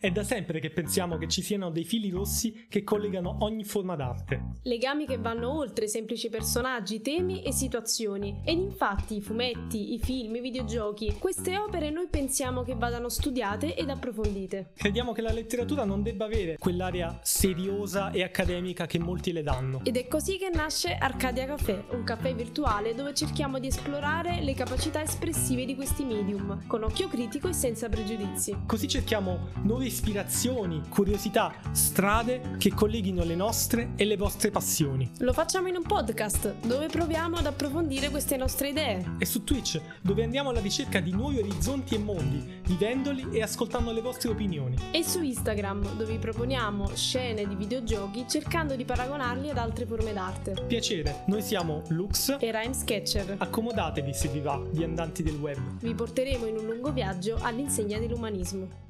È da sempre che pensiamo che ci siano dei fili rossi che collegano ogni forma d'arte. Legami che vanno oltre semplici personaggi, temi e situazioni. Ed infatti i fumetti, i film, i videogiochi, queste opere noi pensiamo che vadano studiate ed approfondite. Crediamo che la letteratura non debba avere quell'area seriosa e accademica che molti le danno. Ed è così che nasce Arcadia Café, un caffè virtuale dove cerchiamo di esplorare le capacità espressive di questi medium, con occhio critico e senza pregiudizi. Così cerchiamo nuove ispirazioni, curiosità, strade che colleghino le nostre e le vostre passioni. Lo facciamo in un podcast dove proviamo ad approfondire queste nostre idee. E su Twitch, dove andiamo alla ricerca di nuovi orizzonti e mondi, vivendoli e ascoltando le vostre opinioni. E su Instagram, dove vi proponiamo scene di videogiochi cercando di paragonarli ad altre forme d'arte. Piacere, noi siamo Lux. E Rhyme Sketcher. Accomodatevi se vi va, di andanti del web. Vi porteremo in un lungo viaggio all'insegna dell'umanismo.